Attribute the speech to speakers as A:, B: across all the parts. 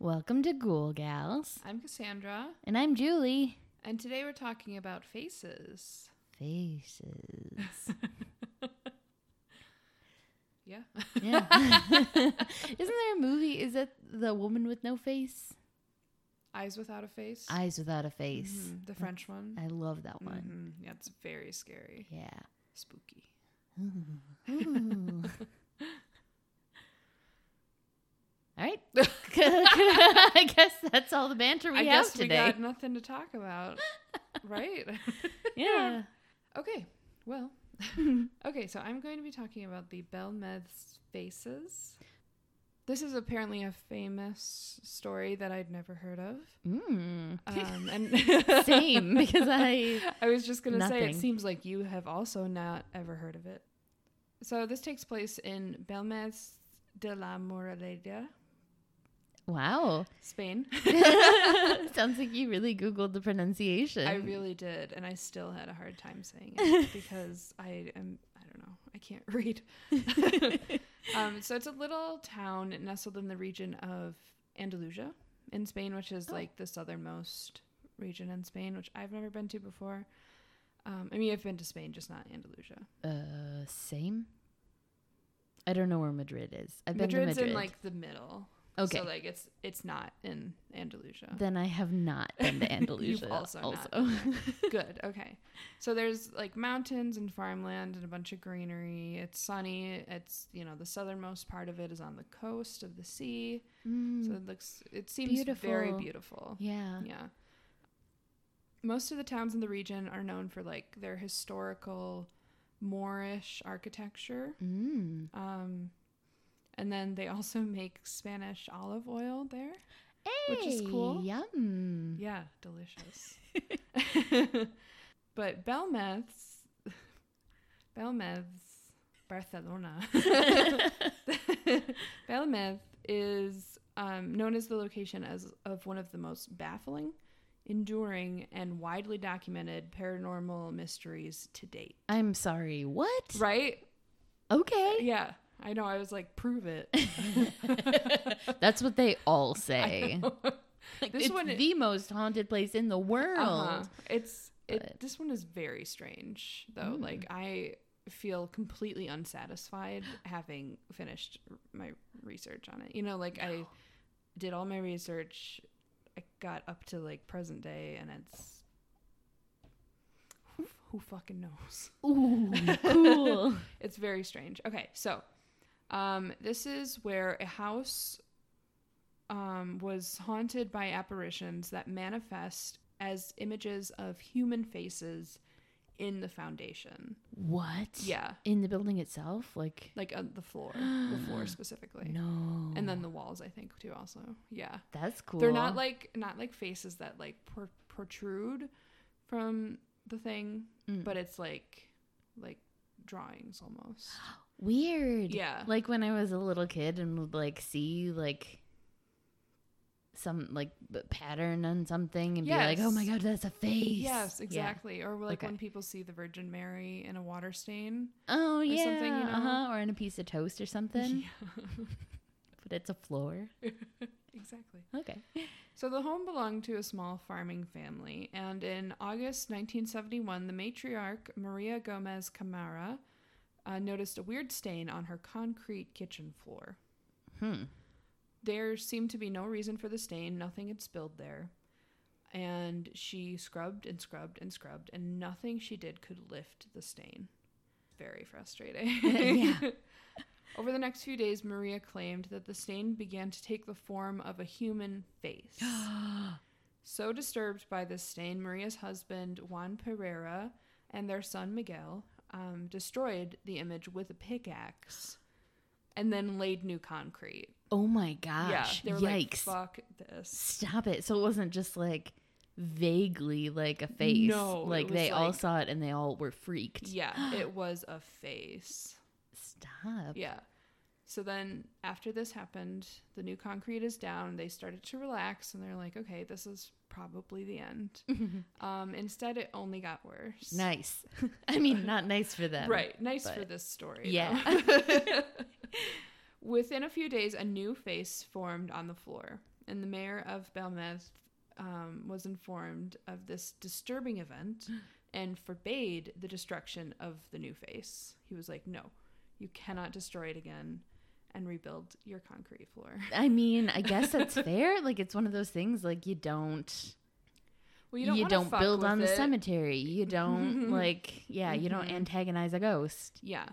A: Welcome to Ghoul Gals.
B: I'm Cassandra,
A: And I'm Julie.
B: and today we're talking about faces.
A: Faces.
B: Yeah.
A: Yeah. Isn't there a movie? Is that The Woman with No Face?
B: Eyes without a face.
A: Eyes Without a Face.
B: Mhm, The French one.
A: I love that one.
B: Mhm, Yeah, it's very scary.
A: Yeah.
B: Spooky.
A: Mm-hmm. Ooh. all right. I guess that's all the banter we
B: I
A: have
B: guess
A: today.
B: we got nothing to talk about. right?
A: yeah.
B: okay. Well, okay, so I'm going to be talking about the Belmeth's faces. This is apparently a famous story that I'd never heard of.
A: Mm.
B: Um, and
A: Same, because I
B: I was just going to say, it
A: Nothing.
B: seems like you have also not ever heard of it. So this takes place in Belmes de la Moraleda,
A: wow.
B: Spain.
A: Sounds like you really googled the pronunciation.
B: I really did, and I still had a hard time saying it because I am, I don't know, I can't read. um, so it's a little town nestled in the region of Andalusia in Spain, which is
A: Oh.
B: like the southernmost region in Spain, which I've never been to before. Um, I mean, I've been to Spain, just not Andalusia.
A: Uh, same. I don't know where Madrid is. I've been
B: Madrid's
A: to Madrid.
B: in like the middle.
A: okay,
B: So like it's it's not in Andalusia.
A: then I have not been to Andalusia.
B: You've also not Good. Okay. So there's like mountains and farmland and a bunch of greenery. It's sunny. It's you know the southernmost part of it is on the coast of the sea.
A: Mm,
B: So it looks it seems very
A: Beautiful.
B: beautiful.
A: yeah.
B: Yeah. Most of the towns in the region are known for like their historical Moorish architecture.
A: Mm.
B: Um, and then they also make Spanish olive oil there. Which is
A: Hey,
B: cool.
A: Yum.
B: Yeah, delicious. but Belmeth's, Belmeth's Barcelona. Belmeth is um, known as the location as of one of the most baffling, enduring, and widely documented paranormal mysteries to date.
A: I'm sorry. What?
B: Right?
A: Okay.
B: Yeah, I know. I was like, prove it.
A: That's what they all say. Like,
B: This
A: it's
B: one i-
A: the most haunted place in the world.
B: Uh-huh. It's it,
A: But-
B: this one is very strange though.
A: Mm.
B: Like I feel completely unsatisfied having finished r- my research on it. You know, like I did all my research. I got up to like present day, and it's who, who fucking knows.
A: Ooh, cool.
B: It's very strange. Okay, so um, this is where a house um, was haunted by apparitions that manifest as images of human faces in the foundation.
A: what?
B: Yeah,
A: In the building itself, like
B: like on the floor, the floor specifically,
A: no.
B: and then the walls. I think too. Also, yeah,
A: that's cool.
B: they're not like not like faces that like pro- protrude from the thing,
A: Mm.
B: but it's like like drawings almost.
A: Weird.
B: Yeah.
A: Like when I was a little kid and would like see like some like b- pattern on something and be like, "Oh my
B: Yes.
A: god, that's a face."
B: Yes,
A: Yeah.
B: exactly. Or like
A: Okay.
B: when people see the Virgin Mary in a water stain.
A: Oh yeah.
B: something, you know?
A: uh-huh. or in a piece of toast or something.
B: Yeah.
A: But it's a floor.
B: exactly.
A: Okay.
B: So the home belonged to a small farming family, and in August 1971, the matriarch Maria Gomez Camara uh, noticed a weird stain on her concrete kitchen floor.
A: Hmm.
B: There seemed to be no reason for the stain, nothing had spilled there. And she scrubbed and scrubbed and scrubbed, and nothing she did could lift the stain. Very frustrating.
A: Yeah.
B: Over the next few days, Maria claimed that the stain began to take the form of a human face. so disturbed by this stain, Maria's husband, Juan Pereira, and their son, Miguel, um, destroyed the image with a pickaxe and then laid new concrete.
A: oh my gosh.
B: Yeah, they were like,
A: Yikes.
B: "Fuck this."
A: Stop it. So it wasn't just like vaguely like a face.
B: No, it
A: like
B: was,
A: they all
B: like-
A: saw it and they all were freaked.
B: Yeah, it was a face.
A: Stop.
B: Yeah. So then, after this happened, the new concrete is down. They started to relax, and they're like, "Okay, this is probably the end." um, instead, it only got worse.
A: Nice. I mean, not nice for them.
B: Right. Nice for
A: but-
B: this story.
A: Yeah.
B: though. Within a few days, a new face formed on the floor. and the mayor of Belmez um, was informed of this disturbing event and forbade the destruction of the new face. He was like, no, you cannot destroy it again and rebuild your concrete floor.
A: I mean, I guess that's fair. Like it's one of those things like you don't
B: Well,
A: you don't,
B: wanna fuck
A: build
B: with
A: on the
B: it.
A: cemetery. You don't like yeah, you don't
B: Mhm.
A: antagonize a ghost.
B: Yeah.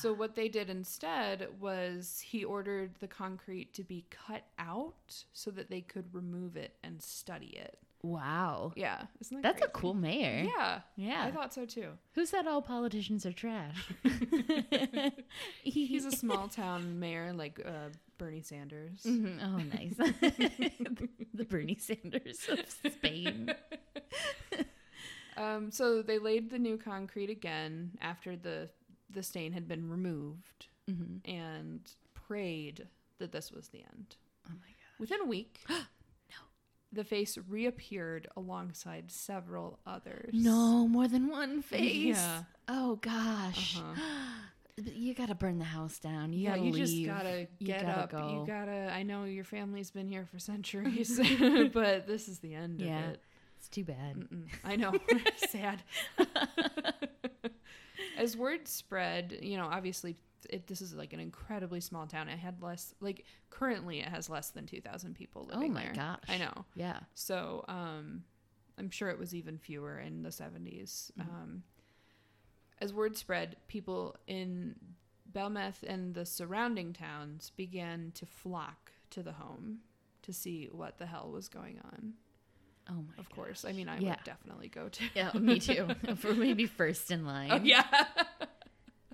B: So what they did instead was he ordered the concrete to be cut out so that they could remove it and study it.
A: Wow.
B: Yeah, isn't that
A: That's a
B: crazy?
A: cool mayor.
B: Yeah,
A: Yeah.
B: I thought so too.
A: Who said all politicians are trash?
B: He's a small town mayor like uh, Bernie Sanders.
A: Mhm. Oh, nice. the Bernie Sanders of Spain. Mm-hmm.
B: Um, so they laid the new concrete again after the the stain had been removed
A: hmm
B: and prayed that this was the end.
A: Oh my god.
B: Within a week, the face reappeared alongside several others.
A: No, more than one face.
B: Yeah. uh-huh.
A: Oh gosh. But You gotta burn the house down. You
B: Yeah,
A: gotta
B: you
A: leave.
B: just gotta
A: You
B: get
A: gotta
B: up.
A: go.
B: You gotta. I know your family's been here for centuries, but this is the end
A: Yeah.
B: of it.
A: It's too bad.
B: Mm-mm. I know. Sad. Mm. As word spread, you know, obviously, it, this is like an incredibly small town. It had less, like, currently it has less than 2,000 people
A: Oh
B: living
A: my
B: there.
A: gosh.
B: I know.
A: Yeah.
B: So, um, I'm sure it was even fewer in the 70s.
A: Mm-hmm.
B: Um, as word spread, people in Belmeth and the surrounding towns began to flock to the home to see what the hell was going on.
A: Oh my.
B: Of course. I mean, I
A: Yeah.
B: would definitely go to.
A: Yeah, me too. For maybe first in line.
B: Oh, yeah.
A: Oh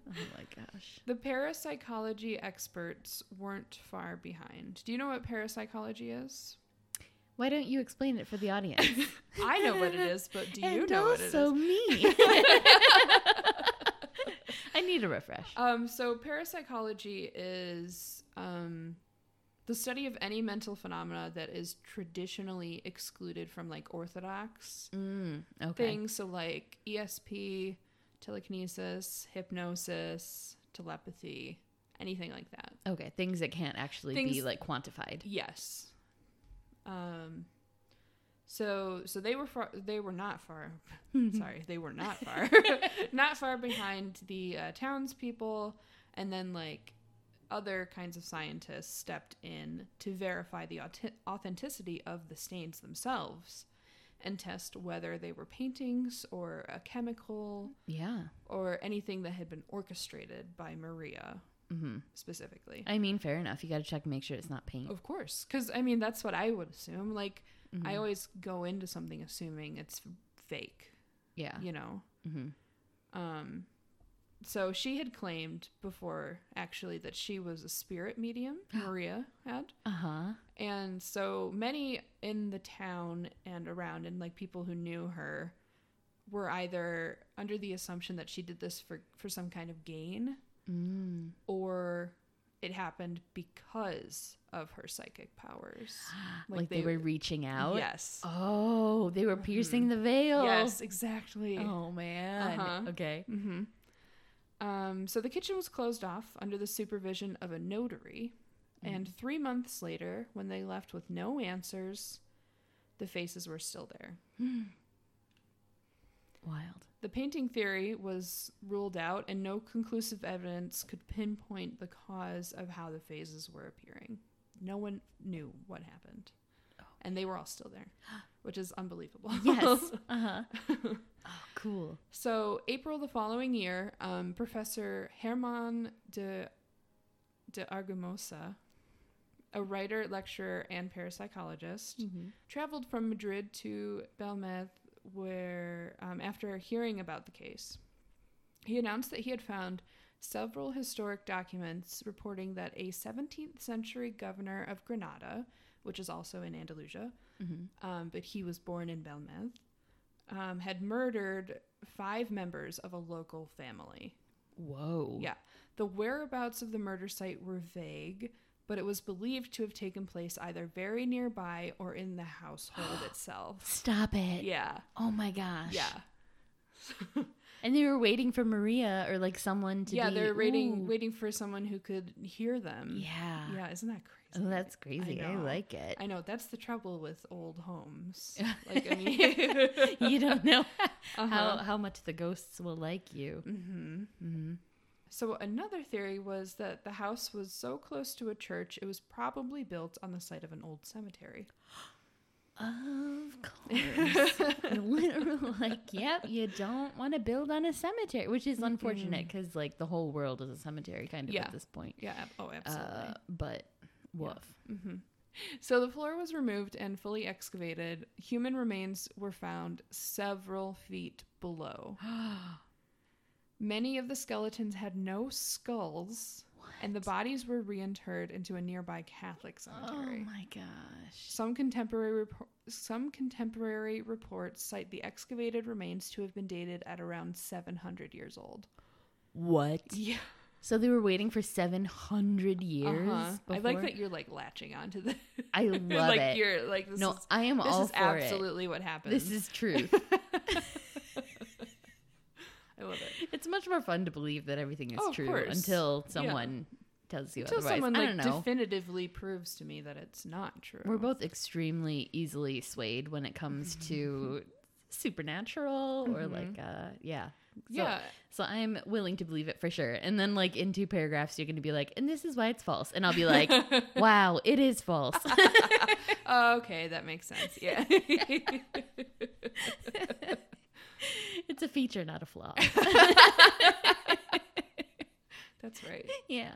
A: my gosh.
B: the parapsychology experts weren't far behind. Do you know what parapsychology is?
A: Why don't you explain it for the audience?
B: I know what it is, but do you
A: and
B: know what it
A: also
B: is?
A: me. I need a refresh.
B: Um, so parapsychology is um, the study of any mental phenomena that is traditionally excluded from like orthodox
A: Mm, okay.
B: things. So like ESP, telekinesis, hypnosis, telepathy, anything like that.
A: Okay. Things that can't actually be
B: Things-
A: like quantified.
B: Yes. Um. So so they were far. They were not far. sorry, they were not far. not far behind the uh, townspeople, and then like other kinds of scientists stepped in to verify the aut- authenticity of the stains themselves and test whether they were paintings or a chemical
A: Yeah.
B: or anything that had been orchestrated by Maria
A: hmm
B: specifically.
A: I mean, fair enough. You got to check and make sure it's not paint.
B: Of course, because I mean that's what I would assume. Like I
A: Mhm.
B: always go into something assuming it's fake,
A: Yeah.
B: you know.
A: hmm
B: Um, so she had claimed before actually that she was a spirit medium. Maria had,
A: Uh huh.
B: and so many in the town and around, and like people who knew her, were either under the assumption that she did this for for some kind of gain,
A: Mm.
B: or it happened because of her psychic powers.
A: Like, they, were reaching out.
B: Yes.
A: Oh, they were piercing the veil.
B: Yes, exactly.
A: Oh man.
B: Uh-huh.
A: Okay.
B: hmm Um, so the kitchen was closed off under the supervision of a notary,
A: Mm.
B: and three months later, when they left with no answers, the faces were still there.
A: Wild.
B: The painting theory was ruled out, and no conclusive evidence could pinpoint the cause of how the phases were appearing. No one knew what happened, and they were all still there, which is unbelievable.
A: Oh. Yes. uh huh. Oh, cool.
B: So April the following year, um, Professor Herman de de Argumosa, a writer, lecturer, and parapsychologist,
A: Mm. Mm-hmm.
B: traveled from Madrid to Belmez, where um, after hearing about the case, he announced that he had found several historic documents reporting that a 17th century governor of Granada, which is also in Andalusia, um, but he was born in Belmez, um, had murdered five members of a local family.
A: Whoa.
B: Yeah. The whereabouts of the murder site were vague, but it was believed to have taken place either very nearby or in the household itself.
A: Stop it.
B: Yeah.
A: Oh my gosh.
B: Yeah.
A: And they were waiting for Maria or like someone to
B: yeah,
A: be-
B: they're waiting
A: Ooh.
B: waiting for someone who could hear them.
A: Yeah.
B: Yeah, isn't that crazy?
A: Oh, that's crazy. I,
B: know.
A: like it.
B: I know that's the trouble with old homes. Like I mean,
A: you don't know how
B: Uh-huh.
A: how much the ghosts will like you.
B: Mhm.
A: hmm
B: So another theory was that the house was so close to a church, it was probably built on the site of an old cemetery.
A: Of course. Literally, like, yep, you don't want to build on a cemetery, which is unfortunate because, like, the whole world is a cemetery kind of
B: Mm-hmm. Yeah.
A: at this point.
B: Yeah. ab- Oh, absolutely.
A: Uh, but, woof.
B: hmm So the floor was removed and fully excavated. Human remains were found several feet below. Many of the skeletons had no skulls, and the bodies were reinterred into a nearby Catholic
A: Oh
B: cemetery.
A: my gosh.
B: Some contemporary repor- some contemporary reports cite the excavated remains to have been dated at around 700 years old.
A: What?
B: Yeah,
A: So they were waiting for 700 years?
B: uh-huh. I like
A: before-
B: that you're like latching onto this.
A: I love
B: like
A: it.
B: you're like this
A: No,
B: is
A: I am
B: this
A: all
B: is
A: for it.
B: absolutely what happened.
A: This is truth.
B: I love it.
A: it's much more fun to believe that everything is
B: Oh, of
A: true
B: course.
A: until
B: Yeah.
A: someone tells you
B: Until
A: otherwise.
B: someone
A: I
B: like
A: don't know.
B: definitively proves to me that it's not true.
A: We're both extremely easily swayed when it comes to supernatural or like uh yeah. So,
B: Mm-hmm. yeah.
A: So I'm willing to believe it for sure. And then like in two paragraphs you're gonna be like, and this is why it's false. And I'll be like, Wow, it is false.
B: Oh, okay, that makes sense. Yeah.
A: it's a feature, not a flaw.
B: That's right.
A: yeah.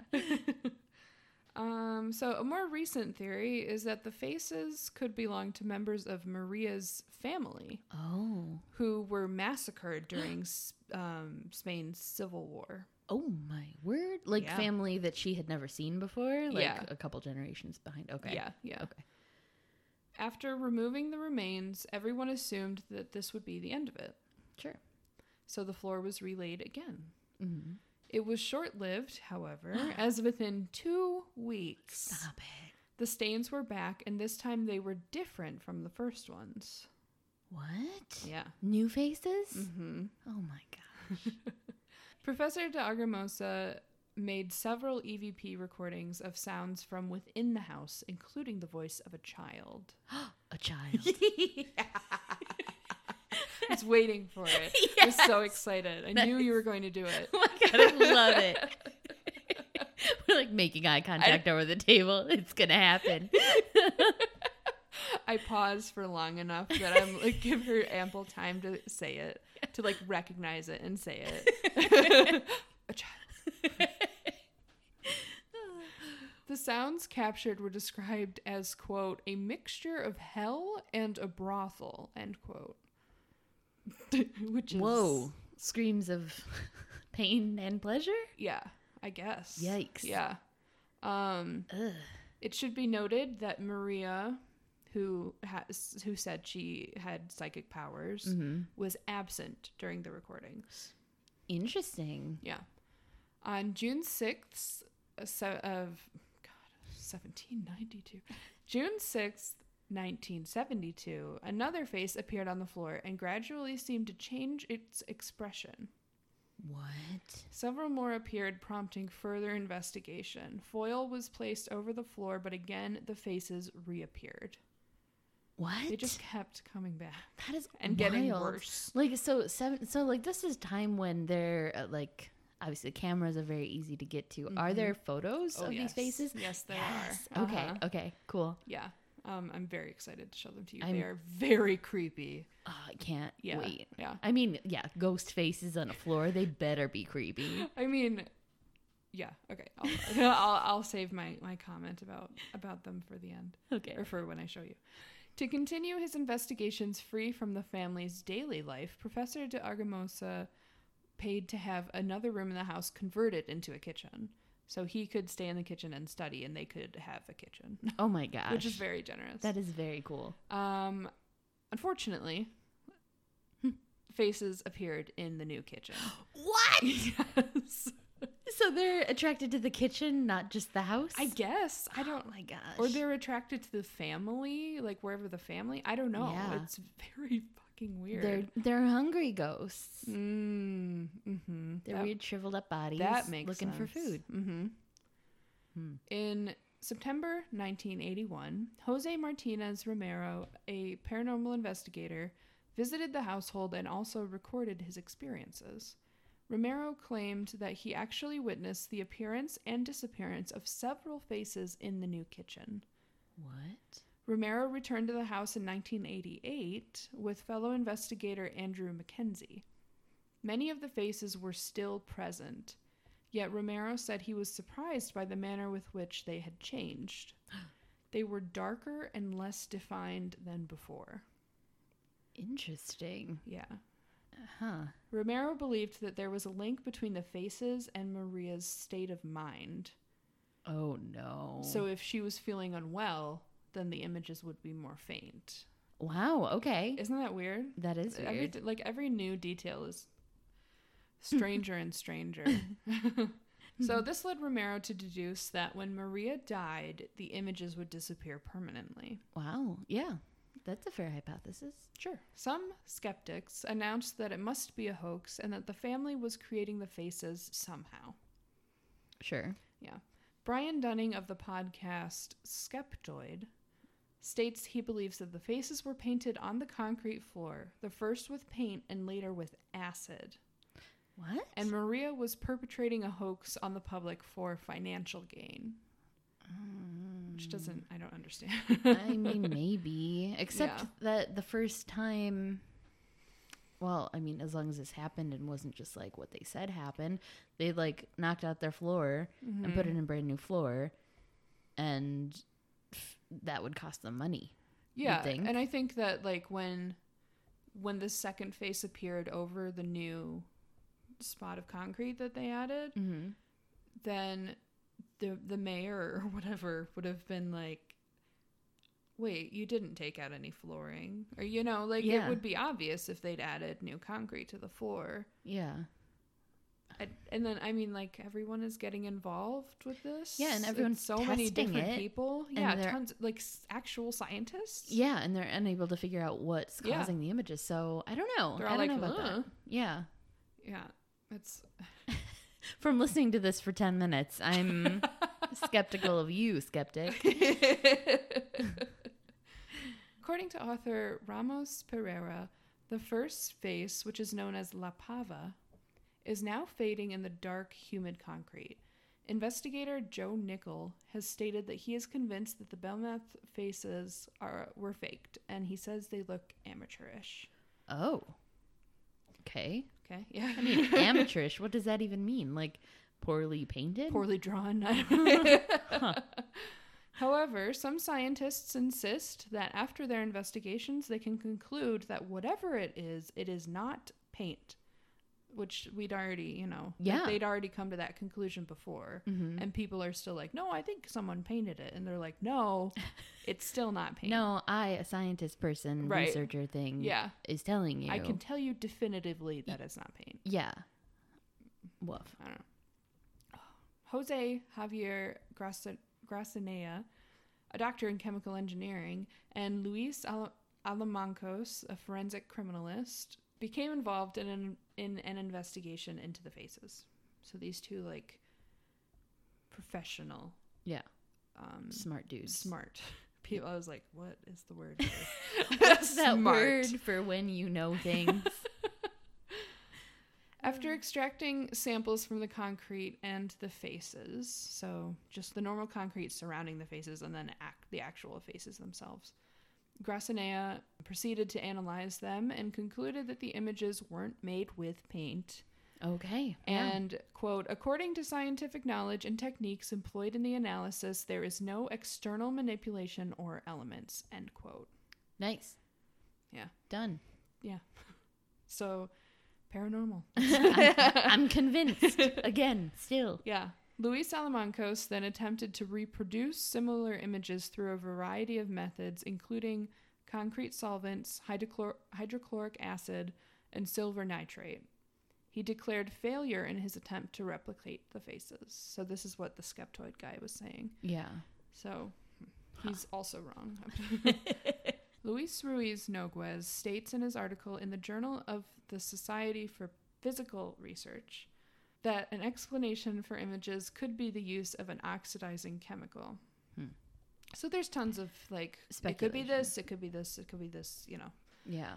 B: Um, so a more recent theory is that the faces could belong to members of Maria's family
A: Oh.
B: who were massacred during S- um, Spain's civil war.
A: Oh my word. Like
B: Yeah.
A: family that she had never seen before, like
B: Yeah.
A: a couple generations behind. Okay.
B: Yeah, yeah.
A: Okay.
B: After removing the remains, everyone assumed that this would be the end of it.
A: Sure.
B: So the floor was relaid again. Mm-hmm.
A: Mhm.
B: It was short lived, however, as within two weeks,
A: Stop it.
B: the stains were back, and this time they were different from the first ones.
A: What?
B: Yeah.
A: New faces?
B: hmm
A: Oh my god.
B: Professor de Argamosa made several EVP recordings of sounds from within the house, including the voice of a child.
A: A child.
B: I was waiting for it. I was so excited. I knew you were going to do it.
A: Oh my god, I love it. We're like making eye contact over the table. It's gonna happen.
B: I pause for long enough that I'm like give her ample time to say it, to like recognize it and say it. A child. The sounds captured were described as quote a mixture of hell and a brothel end quote, which is
A: Whoa. Screams of pain and pleasure?
B: yeah I guess
A: Yikes.
B: yeah um
A: Ugh.
B: it should be noted that Maria who has who said she had psychic powers
A: Mm-hmm.
B: was absent during the recordings
A: Interesting.
B: Yeah. On June 6th uh, so, of God, 1792. June 6th, 1972, another face appeared on the floor and gradually seemed to change its expression.
A: What?
B: Several more appeared, prompting further investigation. Foil was placed over the floor, but again the faces reappeared.
A: What?
B: They just kept coming back
A: that is
B: and getting
A: wild.
B: worse.
A: Like so seven so like this is time when they're uh, like obviously cameras are very easy to get to. Are there photos
B: Oh,
A: of these
B: yes.
A: faces?
B: Yes, there
A: Yes.
B: are.
A: Okay.
B: Uh-huh.
A: Okay. Cool.
B: Yeah. Um, I'm very excited to show them to you.
A: I'm-
B: They are very creepy.
A: Oh, I can't
B: Yeah.
A: wait.
B: Yeah.
A: I mean, yeah, ghost faces on a floor. They better be creepy.
B: I mean, yeah. Okay. I'll, I'll, I'll save my, my comment about, about them for the end
A: Okay.
B: or for when I show you. To continue his investigations free from the family's daily life, Professor de Argamosa paid to have another room in the house converted into a kitchen. So he could stay in the kitchen and study, and they could have a kitchen,
A: Oh my gosh.
B: which is very generous.
A: that is very cool.
B: um, unfortunately, faces appeared in the new kitchen.
A: What?
B: yes.
A: So they're attracted to the kitchen, not just the house?
B: I guess. I don't
A: Oh my gosh.
B: or they're attracted to the family, like wherever the family. I don't know.
A: Yeah.
B: It's very fucking weird.
A: They're they're hungry ghosts.
B: Mm, hmm
A: They're weird shriveled up bodies
B: That makes
A: looking for
B: sense.
A: food.
B: Mm-hmm.
A: Hmm.
B: In September 1981, Jose Martinez Romero, a paranormal investigator, visited the household and also recorded his experiences. Romero claimed that he actually witnessed the appearance and disappearance of several faces in the new kitchen.
A: What?
B: Romero returned to the house in 1988 with fellow investigator Andrew McKenzie. Many of the faces were still present, yet Romero said he was surprised by the manner with which they had changed. They were darker and less defined than before.
A: Interesting.
B: Yeah.
A: Huh.
B: Romero believed that there was a link between the faces and Maria's state of mind.
A: Oh no.
B: So if she was feeling unwell, then the images would be more faint.
A: wow. Okay.
B: Isn't that weird?
A: That is weird.
B: every like every new detail is stranger and stranger. so this led Romero to deduce that when Maria died, the images would disappear permanently.
A: wow. Yeah. That's a fair hypothesis.
B: Sure. Some skeptics announced that it must be a hoax and that the family was creating the faces somehow.
A: Sure.
B: Yeah. Brian Dunning of the podcast Skeptoid states he believes that the faces were painted on the concrete floor, the first with paint and later with acid.
A: What?
B: and Maria was perpetrating a hoax on the public for financial gain, which doesn't I don't understand.
A: Mm. I mean, maybe. Except
B: Yeah.
A: that the first time. Well, I mean, as long as this happened and wasn't just like what they said happened, they like knocked out their floor
B: Mm-hmm.
A: and put in a brand new floor, and f- that would cost them money.
B: yeah,
A: think.
B: and I think that like when when the second face appeared over the new spot of concrete that they added,
A: Mm-hmm.
B: then the the mayor or whatever would have been like wait you didn't take out any flooring or you know like
A: Yeah.
B: it would be obvious if they'd added new concrete to the floor
A: Yeah.
B: I, and then I mean, like everyone is getting involved with this.
A: Yeah, and
B: It's
A: everyone's
B: so many
A: testing
B: different
A: it,
B: people. Yeah,
A: they're-
B: tons like s- actual scientists.
A: Yeah, and they're unable to figure out what's
B: Yeah.
A: causing the images. So I don't know.
B: They're
A: I
B: all
A: don't
B: like,
A: know about
B: "Huh."
A: that. Yeah.
B: yeah. It's
A: From listening to this for 10 minutes, I'm skeptical of you, skeptic.
B: according to author Ramos Pereira, the first face, which is known as La Pava, is now fading in the dark, humid concrete. Investigator Joe Nickel has stated that he is convinced that the Belmouth faces are were faked, and he says they look amateurish.
A: Oh. Okay.
B: Okay. Yeah.
A: I mean, amateurish. What does that even mean? Like poorly painted?
B: poorly drawn. I don't know. However, some scientists insist that after their investigations, they can conclude that whatever it is, it is not paint, which we'd already, you know, like,
A: Yeah.
B: they'd already come to that conclusion before.
A: Mhm.
B: And people are still like, no, I think someone painted it. And they're like, no, it's still not paint.
A: No, I, a scientist person,
B: Right.
A: researcher thing,
B: Yeah.
A: is telling you.
B: I can tell you definitively that it's not paint.
A: yeah. Woof.
B: I don't know. Jose Javier Grasa- Gracinea, a doctor in chemical engineering, and Luis Al- Alamancos, a forensic criminalist, became involved in an, in an investigation into the faces. So these two, like, professional,
A: Yeah.
B: um,
A: Smart dudes.
B: smart people. I was like, what is the word? here?
A: What's that
B: Smart.
A: word for when you know things?
B: After extracting samples from the concrete and the faces, so just the normal concrete surrounding the faces and then ac- the actual faces themselves, Gracinea proceeded to analyze them and concluded that the images weren't made with paint.
A: okay. yeah.
B: And, quote, according to scientific knowledge and techniques employed in the analysis, there is no external manipulation or elements, end quote.
A: Nice.
B: Yeah.
A: Done.
B: So, paranormal.
A: I'm, I'm convinced. Again, still.
B: Yeah. Luis Alamancos then attempted to reproduce similar images through a variety of methods, including concrete solvents, hydrochlor- hydrochloric acid, and silver nitrate. He declared failure in his attempt to replicate the faces. So, this is what the skeptoid guy was saying.
A: Yeah.
B: So, he's also wrong. Luis Ruiz Noguez states in his article in the Journal of the Society for Physical Research that an explanation for images could be the use of an oxidizing chemical.
A: Hmm.
B: So there's tons of like it could be
A: Speculation.
B: this, it could be this, it could be this, you know.
A: Yeah.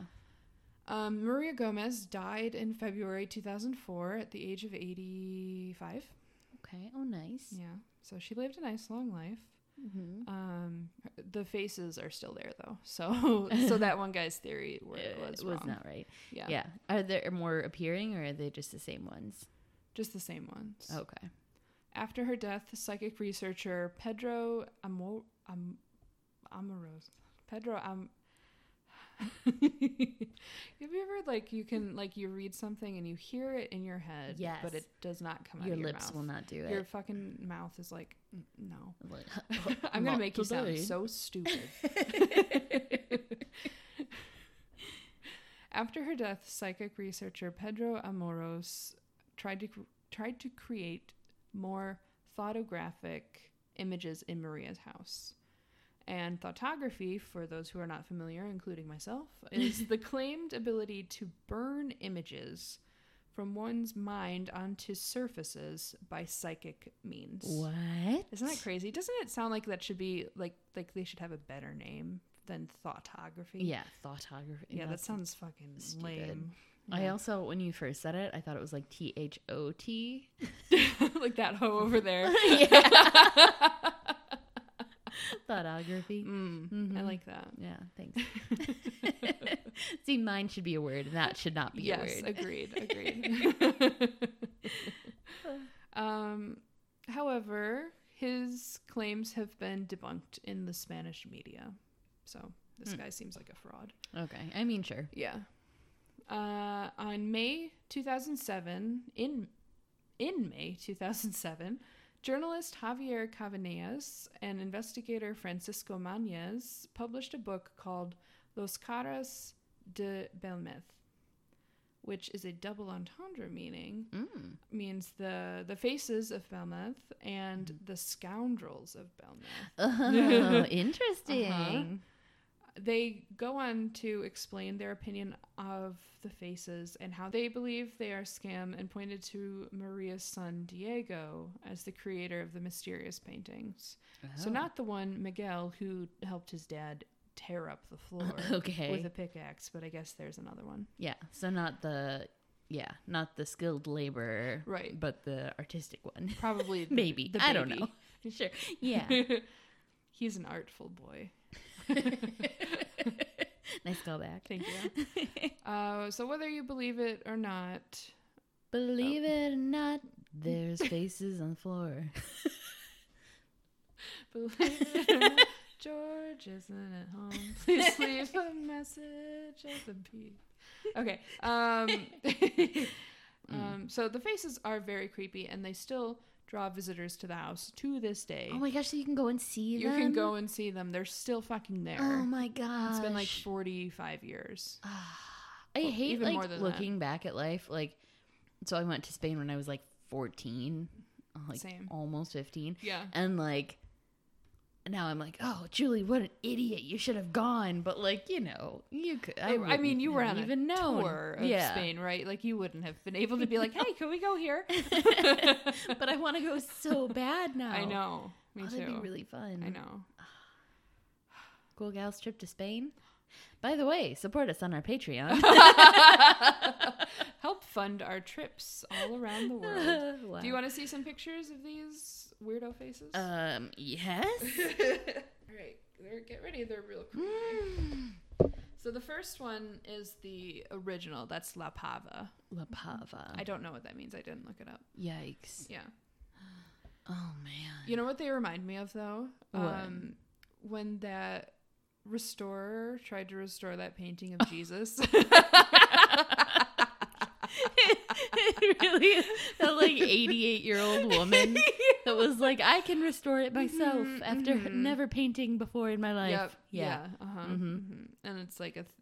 B: Um, Maria Gomez died in February 2004 at the age of 85.
A: Okay. Oh, nice.
B: Yeah. So she lived a nice long life.
A: Mm-hmm.
B: Um, the faces are still there though. So so that one guy's theory where it was,
A: It was
B: wrong.
A: not right.
B: Yeah.
A: Yeah. Are there more appearing or are they just the same ones?
B: Just the same ones.
A: Okay.
B: After her death, psychic researcher Pedro Amo- Am- Amoros Pedro Am Have you ever like you can like you read something and you hear it in your head,
A: Yes.
B: but it does not come out
A: Your
B: of your
A: lips
B: mouth.
A: will not do
B: Your
A: it.
B: fucking mouth is like, "N- no.
A: Like,
B: I'm gonna
A: Not
B: make you sound
A: today.
B: so stupid. After her death, psychic researcher Pedro Amoros tried to tried to create more thoughtographic images in Maria's house. And thoughtography, for those who are not familiar, including myself, is the claimed ability to burn images from one's mind onto surfaces by psychic means.
A: what?
B: Isn't that crazy? Doesn't it sound like that should be like like they should have a better name than thoughtography?
A: Yeah. Thoughtography.
B: Yeah, that
A: That's-
B: sounds fucking
A: stupid.
B: lame.
A: I
B: Yeah.
A: also, when you first said it, I thought it was like T H O T.
B: like that hoe over there.
A: Thoughtography.
B: Mm, I
A: Mhm.
B: like that.
A: Yeah. Thanks. See, mine should be a word. That should not be a
B: yes,
A: word.
B: agreed, agreed. um, however, his claims have been debunked in the Spanish media. So this
A: Hmm.
B: guy seems like a fraud.
A: Okay. I mean, sure.
B: Yeah. Uh, on May 2007, in in May 2007, journalist Javier Cabanillas and investigator Francisco Mañez published a book called Los Caras de Belmez, which is a double entendre meaning
A: Mm.
B: means the the faces of Belmez and the scoundrels of Belmez. Uh-huh.
A: Oh, interesting.
B: they go on to explain their opinion of the faces and how they believe they are scam and pointed to Maria's son Diego as the creator of the mysterious paintings. Uh-huh. So
A: Oh.
B: not the one Miguel who helped his dad tear up the floor
A: okay.
B: with a pickaxe, but I guess there's another one.
A: yeah. So not the yeah, not the skilled laborer,
B: Right.
A: But the artistic one,
B: Probably the-
A: maybe.
B: the
A: I don't
B: baby.
A: know. sure. Yeah.
B: He's an artful boy.
A: nice callback.
B: Thank you. Uh, so whether you believe it or not, Oh.
A: Believe it or not, there's faces on the floor.
B: Believe it or not, George isn't at home. Please leave a message at the beep. Okay. Um,
A: Hmm.
B: um, so the faces are very creepy, and they still draw visitors to the house to this day.
A: Oh my gosh! So you can go and see.
B: you
A: them?
B: can go and see them. They're still fucking there.
A: Oh my gosh!
B: it's been like 45 years.
A: I
B: Well,
A: hate
B: even
A: like
B: more than that.
A: looking back at life. Like, so I went to Spain when I was like fourteen, uh, like
B: Same.
A: almost fifteen,
B: Yeah.
A: and like now I'm like, oh, Julie, what an idiot! You should have gone, but like you know, you could. I,
B: I, I mean,
A: wouldn't
B: you were
A: have
B: on
A: even
B: a
A: known.
B: tour of
A: yeah.
B: Spain, right? Like, you wouldn't have been able to be like, "Hey, can we go here?"
A: but I want to go so bad now.
B: I know. Me
A: Oh,
B: too.
A: that'd be really fun.
B: I know.
A: Cool gals trip to Spain. By the way, support us on our Patreon.
B: help fund our trips all around the world.
A: Wow.
B: Do you want to see some pictures of these weirdo faces?
A: Um. Yes.
B: all right, they're, get ready. They're real cool.
A: Mm.
B: So the first one is the original. That's La Pava.
A: La Pava.
B: I don't know what that means. I didn't look it up.
A: Yikes.
B: Yeah.
A: Oh man.
B: You know what they remind me of though?
A: What?
B: Um, when that restorer tried to restore that painting of Jesus.
A: it really is that like 88 year old woman that was like, I can restore it myself
B: Mhm,
A: after
B: mhm.
A: never painting before in my life.
B: Yep.
A: Yeah.
B: Yeah. Uh-huh.
A: Mhm.
B: mhm. And it's like a th-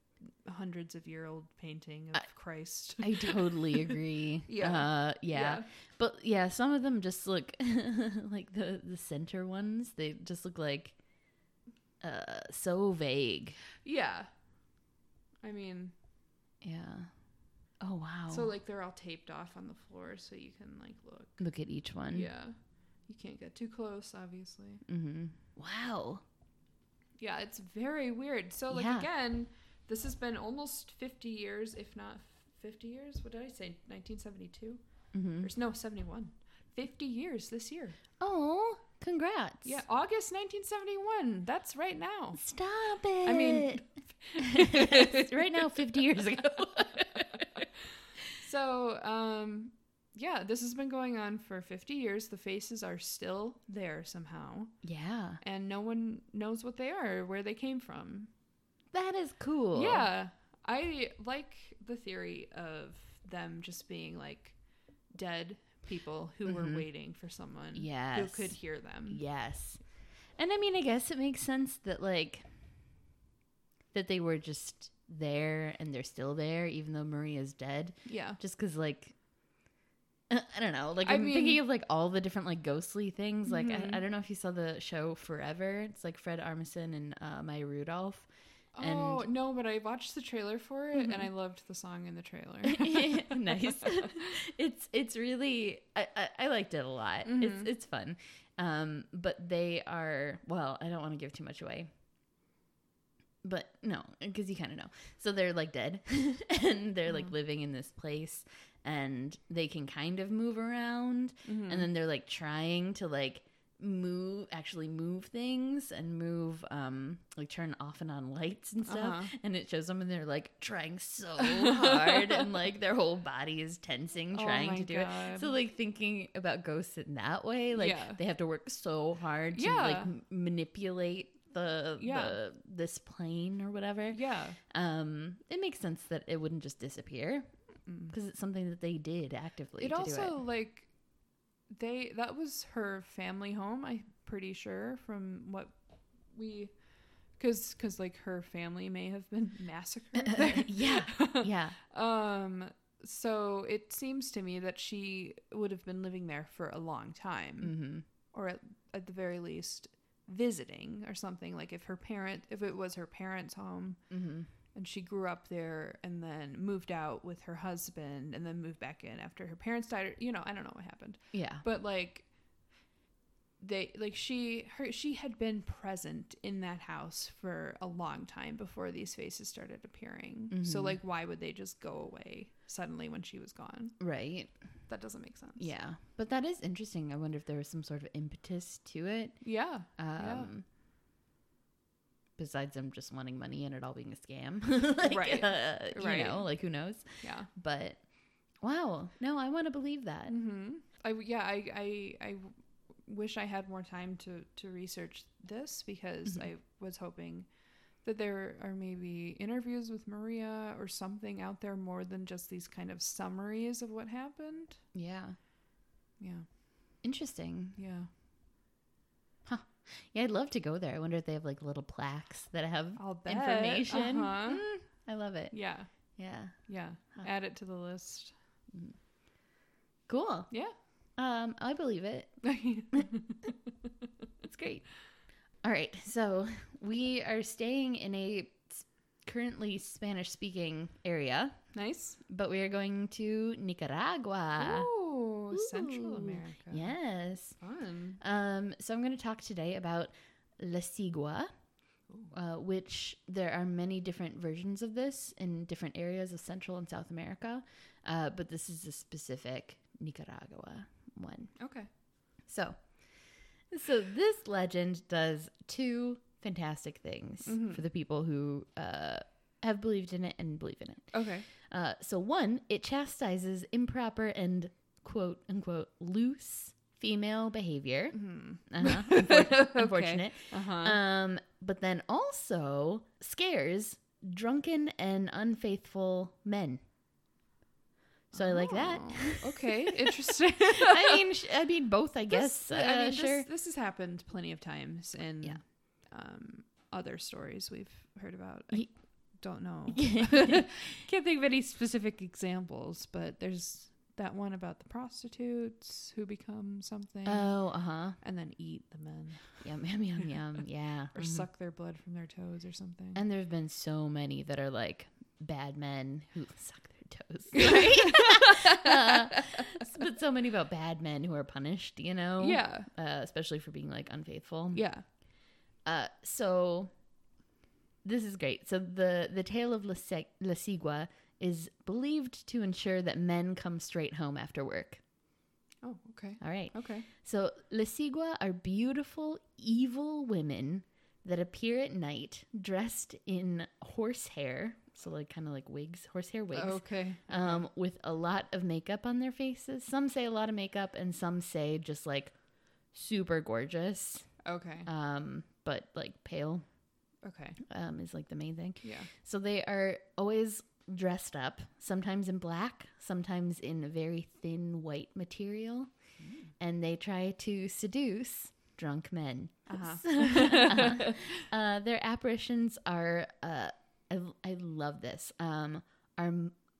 B: hundreds of year old painting of
A: I-
B: Christ.
A: I totally agree.
B: Yeah.
A: Uh, yeah. But yeah, some of them just look like the the center ones. They just look like uh, so vague.
B: Yeah. I mean,
A: Yeah. Oh wow.
B: so like they're all taped off on the floor so you can like look.
A: look at each one.
B: Yeah. You can't get too close, obviously.
A: Mm-hmm. Wow.
B: Yeah, it's very weird. So like
A: Yeah.
B: again, this has been almost 50 years, if not 50 years. What did I say? 1972?
A: Mm-hmm.
B: There's no 71. 50 years this year.
A: Oh, congrats.
B: Yeah, August 1971. That's right now.
A: Stop it.
B: I mean-
A: right now, 50 years ago.
B: So, um, yeah, this has been going on for 50 years. The faces are still there somehow,
A: yeah.
B: and no one knows what they are or where they came from.
A: That is cool.
B: Yeah, I like the theory of them just being like dead people who
A: Mhm.
B: were waiting for someone who
A: Yes.
B: could hear them.
A: Yes. And I mean, I guess it makes sense that, like, that they were just there and they're still there, even though Maria's dead.
B: yeah.
A: Just because, like, I don't know. Like,
B: I
A: I'm thinking
B: mean-
A: of, like, all the different, like, ghostly things. Like,
B: Mhm.
A: I, I don't know if you saw the show Forever. It's like Fred Armisen and uh, Maya Rudolph. And- Mm-hmm.
B: oh no, but I watched the trailer for it and I loved the song in the trailer.
A: nice. it's it's really I, I, I liked it a lot.
B: Mhm.
A: It's it's fun. Um, but they are well. I don't want to give too much away. But no, because you kind of know. So they're like dead, and they're like living in this place, and they can kind of move around,
B: Mhm.
A: and then they're like trying to like move actually move things and move um like turn off and on lights and stuff
B: Uh-huh.
A: and it shows them and they're like trying so hard and like their whole body is tensing
B: Oh
A: trying
B: my
A: to do it
B: God.
A: so like thinking about ghosts in that way like
B: Yeah.
A: they have to work so hard to like
B: Yeah.
A: m- manipulate the,
B: Yeah.
A: the this plane or whatever
B: yeah.
A: um it makes sense that it wouldn't just disappear
B: Mm.
A: because it's something that they did actively
B: it
A: to
B: also
A: do it
B: like they that was her family home i'm pretty sure from what we because because like her family may have been massacred there.
A: yeah yeah
B: um so it seems to me that she would have been living there for a long time
A: mm-hmm.
B: or at, at the very least visiting or something like if her parent if it was her parents home
A: Mm-hmm.
B: and she grew up there and then moved out with her husband and then moved back in after her parents died or- you know i don't know what happened
A: Yeah.
B: but like they like she her she had been present in that house for a long time before these faces started appearing so
A: Mhm.
B: like why would they just go away suddenly when she was gone
A: Right.
B: that doesn't make sense
A: Yeah. But that is interesting. I wonder if there was some sort of impetus to it.
B: yeah
A: Um
B: Yeah.
A: besides them just wanting money and it all being a scam. like,
B: Right.
A: uh,
B: Right.
A: You know, like who knows?
B: yeah
A: But wow. No, I want to believe that.
B: mm-hmm. i yeah I, I i wish i had more time to to research this because
A: Mhm.
B: i was hoping that there are maybe interviews with maria or something out there more than just these kind of summaries of what happened
A: Yeah.
B: yeah
A: Interesting.
B: yeah
A: Yeah, I'd love to go there. I wonder if they have like little plaques that have
B: I'll bet.
A: information.
B: Uh-huh.
A: Mm, I love it.
B: Yeah.
A: Yeah.
B: Yeah.
A: Huh.
B: Add it to the list.
A: Cool.
B: Yeah.
A: Um, I believe it.
B: mm-hmm.
A: It's great. All right. So we are staying in a s- currently Spanish speaking area,
B: Nice.
A: but we are going to Nicaragua.
B: Oh, Central
A: Uh, Ooh.
B: America.
A: Yes.
B: Fun.
A: Um, so I'm going to talk today about La Sigua, uh, which there are many different versions of this in different areas of Central and South America, uh, but this is a specific Nicaragua one.
B: Okay.
A: So, so this legend does two fantastic things
B: Mhm.
A: for the people who uh, have believed in it and believe in it.
B: Okay.
A: Uh, so, one, it chastises improper and quote unquote loose female behavior.
B: Mm-hmm.
A: Uh-huh. Unfor- Unfortunate.
B: Uh huh.
A: Um, but then also scares drunken and unfaithful men. So I like that.
B: okay. Interesting.
A: I mean, sh- I mean both. I guess.
B: Oh. This- I
A: uh,
B: mean,
A: sure.
B: this, this has happened plenty of times in
A: Yeah.
B: um, other stories we've heard about.
A: Ye-
B: I don't know. Can't think of any specific examples, but there's That one about the prostitutes who become something
A: Oh, uh huh.
B: and then eat the men
A: Yum, yum, yum, yum. Yeah.
B: or suck their blood from their toes or something.
A: mm-hmm. And there have been so many that are like bad men who suck their toes.
B: yeah.
A: but so many about bad men who are punished, you know?
B: Yeah.
A: Uh, especially for being like unfaithful.
B: Yeah.
A: Uh, so this is great. So the the tale of La Se- La Sigua is believed to ensure that men come straight home after work.
B: Oh, okay.
A: All right.
B: Okay.
A: So La Sigua are beautiful, evil women that appear at night dressed in horsehair. So like kind of like wigs, horsehair wigs.
B: Oh, Okay.
A: um, with a lot of makeup on their faces. Some say a lot of makeup, and some say just like super gorgeous,
B: Okay.
A: um, but like pale
B: Okay.
A: um, is like the main thing.
B: Yeah.
A: So they are always dressed up, sometimes in black, sometimes in very thin white material,
B: Hmm.
A: and they try to seduce drunk men.
B: Uh-huh.
A: Uh, their apparitions are, uh, I, I love this, um, are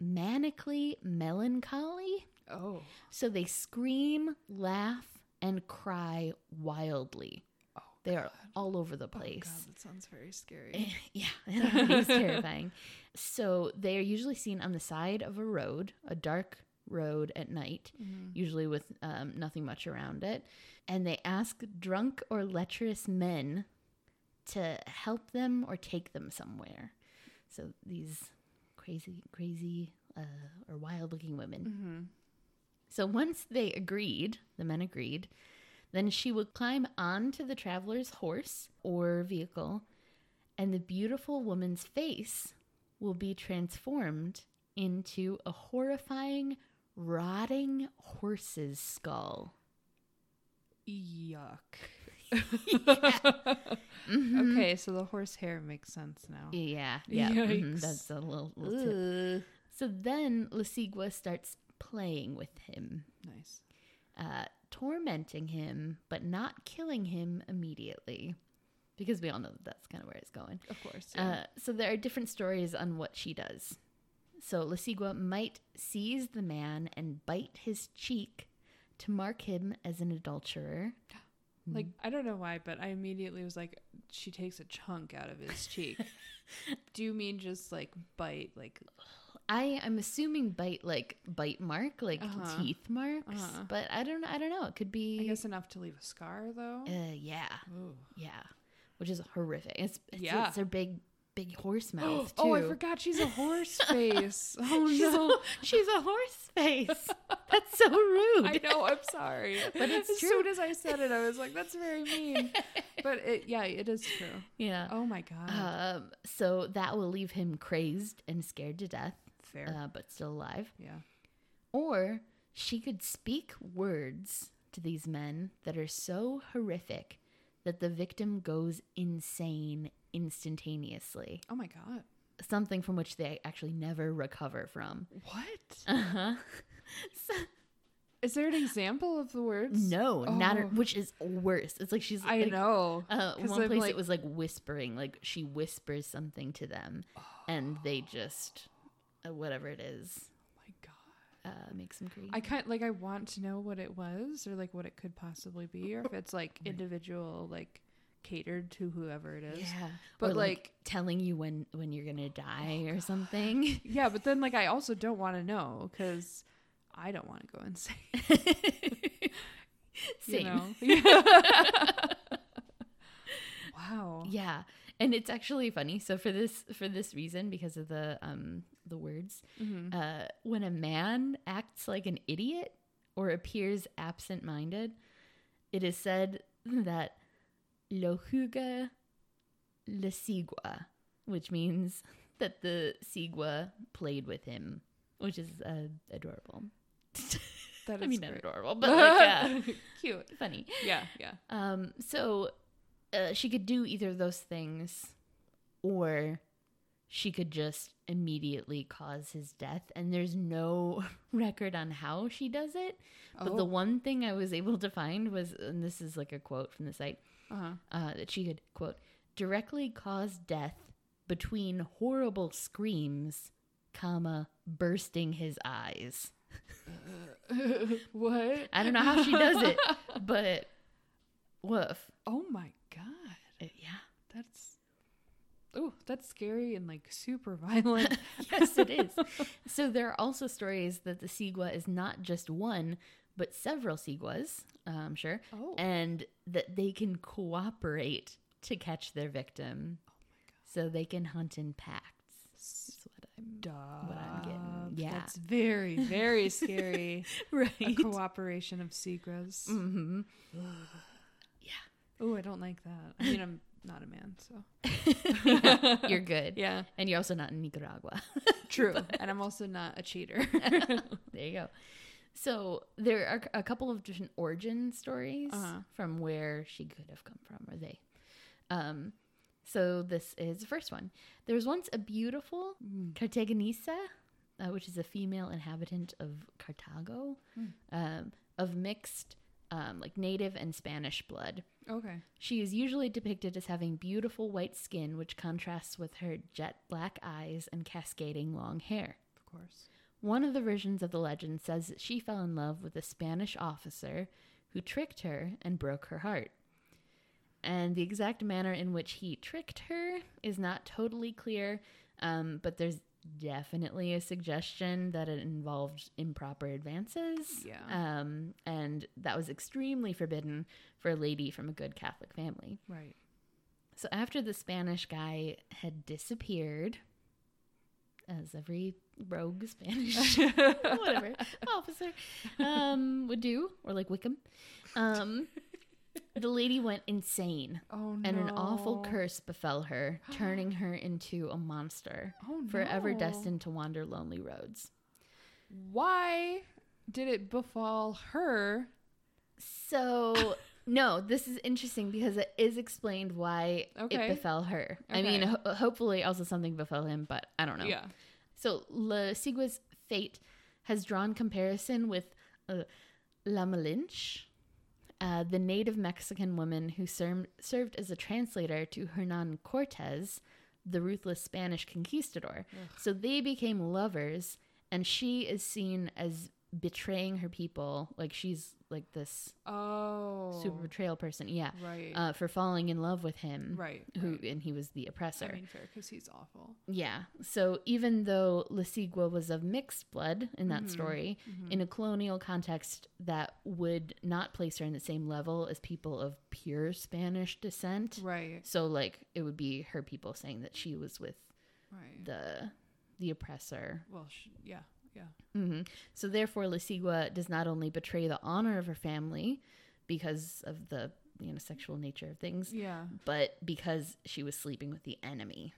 A: manically melancholy.
B: oh.
A: So they scream, laugh, and cry wildly.
B: Oh,
A: They are
B: God.
A: all over the
B: Oh, God,
A: place.
B: that sounds very scary.
A: yeah, it's terrifying. So they are usually seen on the side of a road, a dark road at night, usually with um, nothing much around it. And they ask drunk or lecherous men to help them or take them somewhere. So these crazy, crazy, uh, or wild looking women. So once they agreed, the men agreed, then she would climb onto the traveler's horse or vehicle, and the beautiful woman's face will be transformed into a horrifying, rotting horse's skull.
B: Mm-hmm. Yuck. Okay, so the horse hair makes sense now.
A: Mm-hmm. Yeah, yeah. mhm,
B: Yikes.
A: that's a little, little tip. So then La Sigua starts playing with him,
B: Nice.
A: uh, tormenting him, but not killing him immediately. Because we all know that that's kind of where it's going.
B: Of course.
A: Uh, so there are different stories on what she does. So Lasigua might seize the man and bite his cheek to mark him as an adulterer. Mm.
B: like I don't know why, but I immediately was like, she takes a chunk out of his cheek. Do you mean just like bite? Like
A: I am assuming bite like bite mark, like
B: Uh-huh.
A: teeth marks,
B: Uh-huh.
A: but I don't I don't know. It could
B: I
A: be
B: guess enough to leave a scar though.
A: uh, yeah,
B: Ooh.
A: yeah, which is horrific. It's it's,
B: Yeah.
A: it's their big big horse mouth too.
B: Oh, I forgot she's a horse face. Oh
A: She's,
B: no.
A: a, she's a horse face. That's so rude.
B: I know. I'm sorry,
A: But it's
B: as
A: true.
B: soon as I said it, I was like, "That's very mean." but it, yeah, it is true.
A: Yeah.
B: Oh my god,
A: Um, so that will leave him crazed and scared to death,
B: fair.
A: uh, but still alive.
B: yeah.
A: Or she could speak words to these men that are so horrific that the victim goes insane instantaneously,
B: Oh my god.
A: something from which they actually never recover from.
B: What
A: Uh huh.
B: is there an example of the words?
A: No, not
B: Oh.
A: her, which is worse. It's like she's.
B: I
A: like,
B: know. Oh
A: Uh,
B: 'Cause
A: one
B: I'm
A: place
B: like-
A: it was like whispering, like she whispers something to them, and they just uh, whatever it is
B: Oh my god.
A: uh, makes them crazy.
B: I kind like I want to know what it was or like what it could possibly be or if it's
A: Oh
B: like individual like catered to whoever it is.
A: yeah,
B: but,
A: or like,
B: like- Oh,
A: telling you when when you're gonna die or something.
B: Yeah, but then like I also don't want to know cuz I don't want to go insane,
A: Same.
B: you know. Yeah. wow.
A: Yeah, and it's actually funny. So for this for this reason, because of the um the words,
B: Mhm.
A: uh, when a man acts like an idiot or appears absent minded, it is said that lo juga le sigua, which means that the sigua played with him, which is uh, adorable.
B: That is
A: I mean, not
B: great.
A: adorable, but like, uh,
B: cute.
A: funny.
B: Yeah, yeah.
A: Um, so uh, she could do either of those things, or she could just immediately cause his death. And there's no record on how she does it. But the
B: Oh.
A: one thing I was able to find was, and this is like a quote from the site,
B: Uh-huh.
A: uh, that she could, quote, directly cause death between horrible screams, comma, bursting his eyes.
B: what?
A: I don't know how she does it, but woof.
B: Oh my god.
A: Uh, Yeah.
B: That's Oh, that's scary and like super violent.
A: Yes, it is. So there are also stories that the Sigua is not just one, but several Siguas, uh, I'm sure,
B: Oh.
A: and that they can cooperate to catch their victim. So they can hunt in packs. That's what I'm what I'm getting. Yeah.
B: That's very, very scary. A
A: right.
B: cooperation of Seagrass.
A: hmm
B: Oh, I don't like that. I mean, I'm not a man, so.
A: You're good.
B: Yeah,
A: And you're also not in Nicaragua.
B: true. and I'm also not a cheater.
A: there you go. So there are a couple of different origin stories
B: Uh-huh.
A: from where she could have come from, or they. Um, so this is the first one. There was once a beautiful Cartaginesa, uh, which is a female inhabitant of Cartago, um, of mixed, um, like native and Spanish blood.
B: okay.
A: She is usually depicted as having beautiful white skin, which contrasts with her jet black eyes and cascading long hair.
B: Of course.
A: One of the versions of the legend says that she fell in love with a Spanish officer who tricked her and broke her heart. And the exact manner in which he tricked her is not totally clear, um, but there's definitely a suggestion that it involved improper advances.
B: Yeah.
A: Um, and that was extremely forbidden for a lady from a good Catholic family.
B: Right.
A: So after the Spanish guy had disappeared, as every rogue Spanish whatever officer um, would do, or like Wickham, um, the lady went insane,
B: Oh, no.
A: and an awful curse befell her, turning her into a monster,
B: Oh, no.
A: forever destined to wander lonely roads.
B: Why did it befall her?
A: So. No, this is interesting because it is explained why
B: Okay.
A: it befell her. I
B: Okay.
A: mean, ho- hopefully, also something befell him, but I don't know.
B: Yeah.
A: So La Sigua's fate has drawn comparison with uh, Lama Lynch, uh, the native Mexican woman who ser- served as a translator to Hernan Cortez, the ruthless Spanish conquistador. So they became lovers, and she is seen as betraying her people. Like she's like this
B: Oh.
A: super betrayal person. Yeah.
B: Right.
A: Uh, for falling in love with him,
B: right.
A: who
B: right.
A: and he was the oppressor.
B: I mean, fair, because he's awful.
A: Yeah. So even though Lasigua was of mixed blood in that
B: Mhm.
A: story, in a colonial context that would not place her in the same level as people of pure Spanish descent.
B: Right.
A: So like it would be her people saying that she was with
B: Right.
A: the the oppressor.
B: well, sh- yeah. Yeah.
A: hmm So therefore, Lasigua does not only betray the honor of her family because of the you know sexual nature of things,
B: Yeah.
A: but because she was sleeping with the enemy.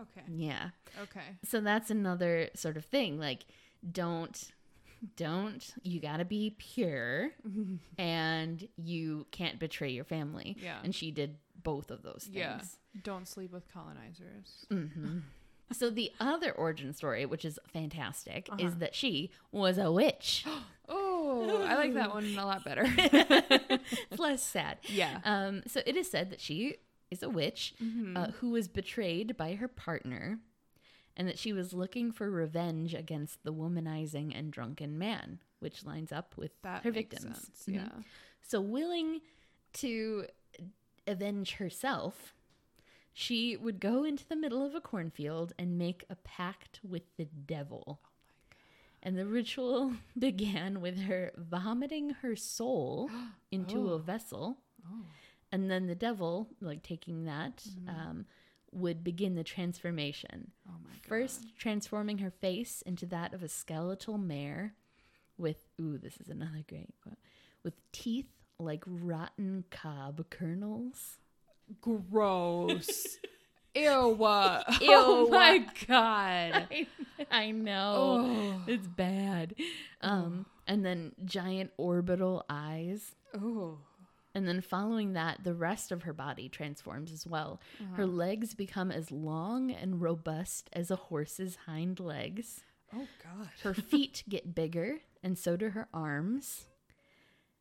B: Okay.
A: Yeah.
B: Okay.
A: so that's another sort of thing like don't don't you got to be pure and you can't betray your family
B: Yeah.
A: and she did both of those things Mm-hmm.
B: Yeah. Don't sleep with colonizers.
A: so the other origin story which is fantastic is
B: Uh-huh.
A: that she was a witch
B: Oh, I like that one a lot better.
A: it's less sad
B: yeah. Mm-hmm.
A: um, so it is said that she is a witch uh, who was betrayed by her partner and that she was looking for revenge against the womanizing and drunken man, which lines up with
B: That
A: her
B: makes
A: victims.
B: sense.
A: Mhm.
B: Yeah.
A: So, willing to avenge herself, she would go into the middle of a cornfield and make a pact with the
B: Oh
A: devil. And the ritual began with her vomiting her soul into a vessel.
B: Oh. Mm-hmm.
A: And then the devil, like taking that, um, would begin the transformation.
B: Oh my god.
A: First, transforming her face into that of a skeletal mare with, ooh, this is another great quote, with teeth like rotten cob kernels.
B: Gross. Ew. Uh, Oh
A: Ew. uh.
B: my god.
A: I know.
B: Oh.
A: It's bad. Um, and then giant orbital eyes.
B: Oh.
A: And then following that, the rest of her body transforms as well. Her legs become as long and robust as a horse's hind legs.
B: Oh god.
A: Her feet get bigger, and so do her arms.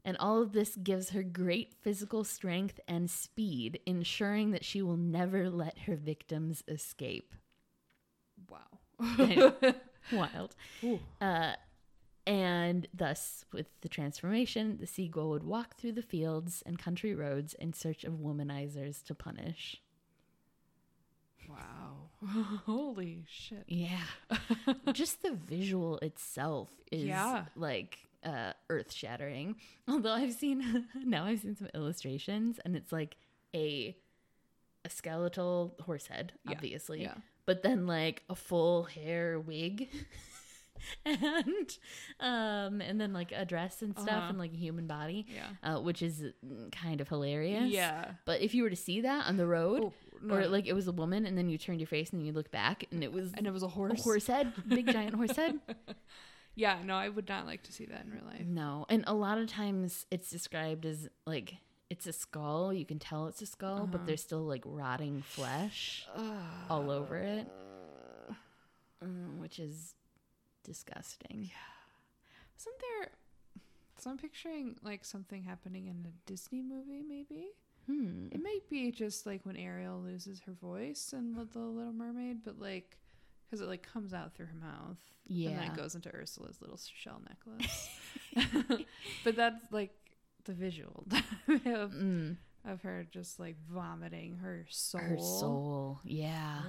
A: And all of this gives her great physical strength and speed, ensuring that she will never let her victims escape.
B: Wow.
A: I know. Wild. Uh, and thus, with the transformation, the seagull would walk through the fields and country roads in search of womanizers to punish.
B: Wow. Holy shit.
A: Yeah. Just the visual itself is
B: Yeah.
A: like uh, earth shattering. Although I've seen, now I've seen some illustrations and it's like a, a skeletal horse head,
B: Yeah.
A: obviously.
B: yeah.
A: but then like a full hair wig and um and then like a dress and stuff
B: Uh-huh.
A: and like a human body
B: Yeah.
A: uh, which is mm, kind of hilarious
B: Yeah.
A: but if you were to see that on the road
B: Oh, no.
A: or like it was a woman and then you turned your face and you look back and it was
B: and it was a
A: a
B: horse.
A: horse head big giant horse head
B: Yeah, no, I would not like to see that in real life.
A: no and a lot of times it's described as like it's a skull you can tell it's a skull but
B: Uh-huh.
A: there's still like rotting flesh all over it mm, which is disgusting
B: Isn't there? So I'm picturing like something happening in a Disney movie, maybe.
A: hmm
B: It might be just like when Ariel loses her voice in Lit- The Little Mermaid, but like because it like comes out through her mouth and then
A: Yeah.
B: it goes into Ursula's little shell necklace. but that's like the visual of,
A: Mm,
B: of her just like vomiting her soul.
A: her soul. Yeah.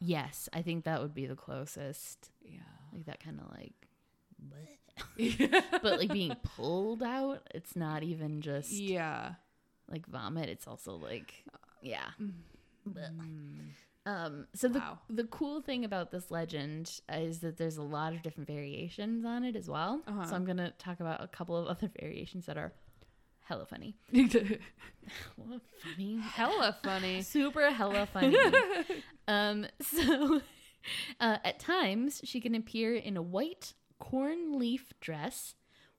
A: Yes, I think that would be the closest.
B: Yeah.
A: Like that kind of like, bleh. but like being pulled out. It's not even just
B: yeah.
A: like vomit. It's also like, yeah. Bleh.
B: Mm.
A: Um. So the
B: Wow.
A: the cool thing about this legend is that there's a lot of different variations on it as well.
B: Uh-huh.
A: So I'm gonna talk about a couple of other variations that are hella funny. funny.
B: Hella funny.
A: Super hella funny. um, so uh, at times she can appear in a white corn leaf dress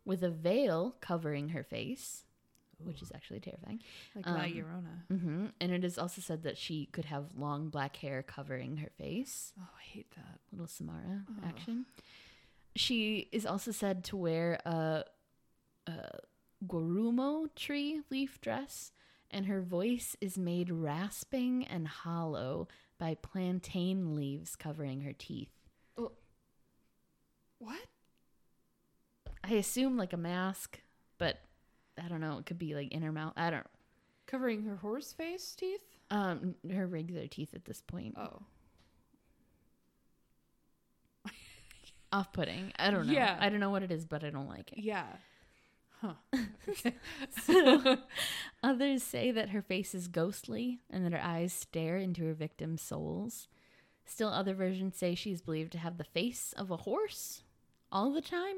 A: with a veil covering her face, which is actually terrifying.
B: Like
A: Um,
B: La Llorona.
A: hmm And it is also said that she could have long black hair covering her face.
B: Oh, I hate that.
A: Little Samara
B: Ugh.
A: action. She is also said to wear a, a guarumo tree leaf dress, and her voice is made rasping and hollow by plantain leaves covering her teeth.
B: What?
A: I assume like a mask, but I don't know. It could be like inner mouth. I don't.
B: Covering her horse face teeth?
A: Um, her regular teeth at this point.
B: Oh.
A: Off-putting. I don't know.
B: Yeah.
A: I don't know what it is, but I don't like it.
B: Yeah. Huh.
A: So- Others say that her face is ghostly and that her eyes stare into her victims' souls. Still, other versions say she's believed to have the face of a horse all the time.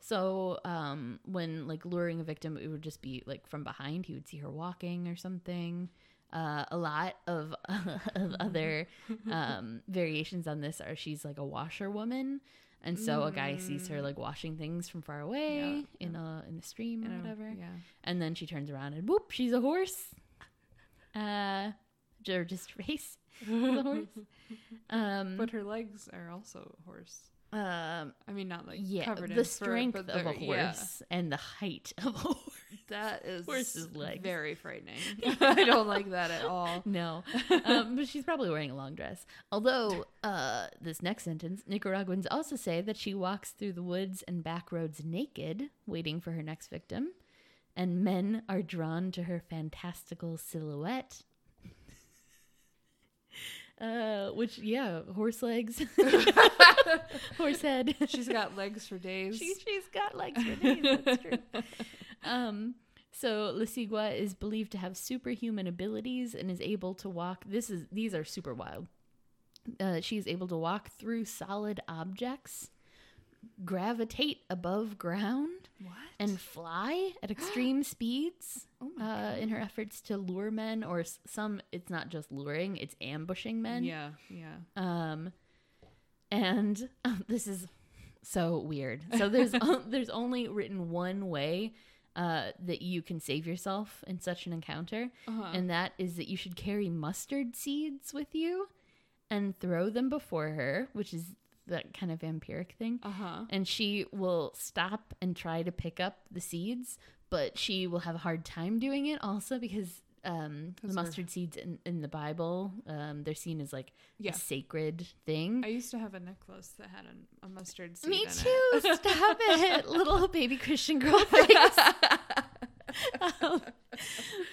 A: So, um, when like luring a victim, it would just be like from behind. He would see her walking or something. Uh, a lot of,
B: Mm-hmm.
A: of other um, variations on this are she's like a washerwoman, and so a guy sees her like washing things from far away
B: Mm. Yeah,
A: in a in a stream
B: You
A: or
B: know,
A: whatever
B: Yeah.
A: and then she turns around and whoop, she's a horse. Uh, or just race the horse. Um,
B: But her legs are also horse.
A: um,
B: I mean, not like
A: yeah,
B: covered
A: the
B: in fur,
A: strength of
B: but
A: a
B: they're- yeah.
A: horse and the height of a horse.
B: That is
A: Horse's legs.
B: very frightening. I don't like that at all.
A: No, um, but she's probably wearing a long dress. Although uh, this next sentence, Nicaraguans also say that she walks through the woods and back roads naked, waiting for her next victim, and men are drawn to her fantastical silhouette. Uh, which yeah, horse legs, horse head.
B: She's got legs for days.
A: She, she's got legs for days. That's true. Um, so Lasigua is believed to have superhuman abilities and is able to walk. This is these are super wild. Uh, she is able to walk through solid objects, gravitate above ground,
B: what?
A: and fly at extreme speeds
B: oh my
A: uh, in her efforts to lure men. Or s- some, it's not just luring; it's ambushing men.
B: Yeah, yeah.
A: Um, and um, this is so weird. So there's o- there's only written one way uh, that you can save yourself in such an encounter,
B: Uh-huh.
A: and that is that you should carry mustard seeds with you and throw them before her, which is that kind of vampiric thing.
B: uh huh.
A: And she will stop and try to pick up the seeds, but she will have a hard time doing it also because um, the
B: That's her.
A: mustard seeds in, in the Bible, um, they're seen as like
B: Yeah.
A: a sacred thing.
B: I used to have a necklace that had a, a mustard seed.
A: Me
B: in
A: too.
B: It.
A: Stop it, little baby Christian girl face. um,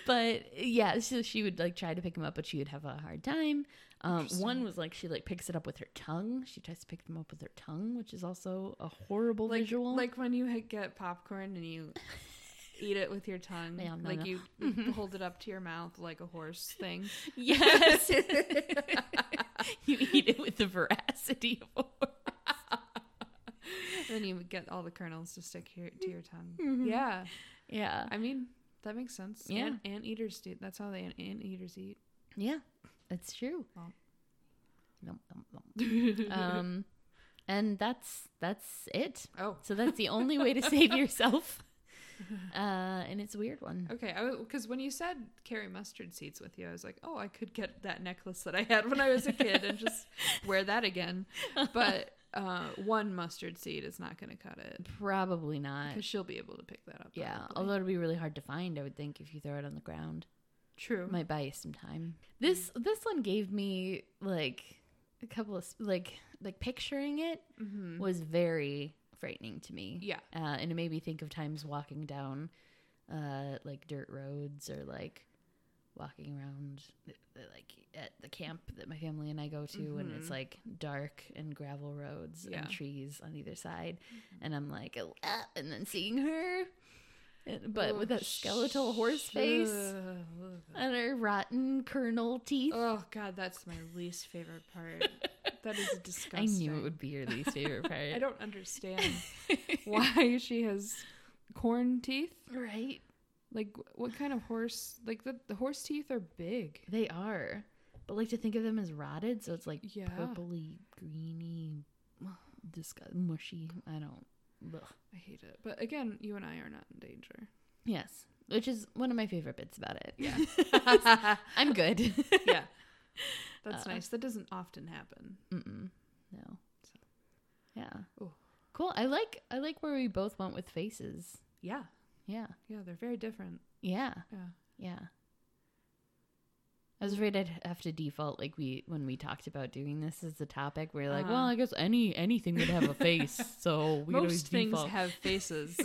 A: but yeah, so she would like try to pick him up, but she would have a hard time. Um, one was like she like picks it up with her tongue. She tries to pick them up with her tongue, which is also a horrible
B: like,
A: visual.
B: like when you ha- get popcorn and you eat it with your tongue,
A: Yeah, no,
B: like
A: no.
B: you hold it up to your mouth like a horse thing.
A: yes, you eat it with the veracity of a horse.
B: then you would get all the kernels to stick here to your tongue. Yeah,
A: Yeah,
B: I mean that makes sense.
A: Mm-hmm. Yeah.
B: Ant- anteaters do. That's how the ant- anteaters eat.
A: yeah, that's true.
B: Well.
A: Nom, nom, nom. um, and that's that's it.
B: Oh,
A: So that's the only way to save yourself. Uh, and it's a weird one.
B: okay. Because when you said carry mustard seeds with you, I was like, oh, I could get that necklace that I had when I was a kid and just wear that again. But uh, one mustard seed is not going to cut it
A: Probably not.
B: because she'll be able to pick that up.
A: Yeah.
B: probably.
A: Although it'd be really hard to find, I would think, if you throw it on the ground.
B: true.
A: Might buy you some time. This this one gave me like a couple of s- like like picturing it
B: Mhm.
A: was very frightening to me.
B: Yeah.
A: Uh, and it made me think of times walking down uh like dirt roads or like walking around uh, like at the camp that my family and I go to and it's
B: Mhm.
A: like dark and gravel roads
B: Yeah. Mm-hmm.
A: and trees on either side and I'm like "Ah," and then seeing her and- but with
B: Oh,
A: that skeletal horse face
B: sh-
A: and her rotten kernel teeth
B: Oh God, that's my least favorite part. that is
A: I
B: disgusting.
A: knew it would be your least favorite part
B: I don't understand why she has corn teeth.
A: right
B: Like, what kind of horse? Like the, the horse teeth are big.
A: They are. But like to think of them as rotted, so it's like
B: Yeah.
A: purpley, greeny, disgust, mushy. I don't. ugh.
B: I hate it. But again, you and I are not in danger.
A: Yes, which is one of my favorite bits about it.
B: Yeah.
A: I'm good.
B: yeah. That's
A: Uh.
B: nice. That doesn't often happen.
A: Mm-mm. No.
B: So.
A: Yeah.
B: Ooh.
A: Cool. I like I like where we both went with faces.
B: Yeah.
A: Yeah.
B: Yeah, they're very different.
A: Yeah.
B: Yeah.
A: Yeah. I was afraid I'd have to default like we when we talked about doing this as a topic. We are like,
B: Uh-huh.
A: well, I guess any anything would have a face, so we
B: Most things have faces.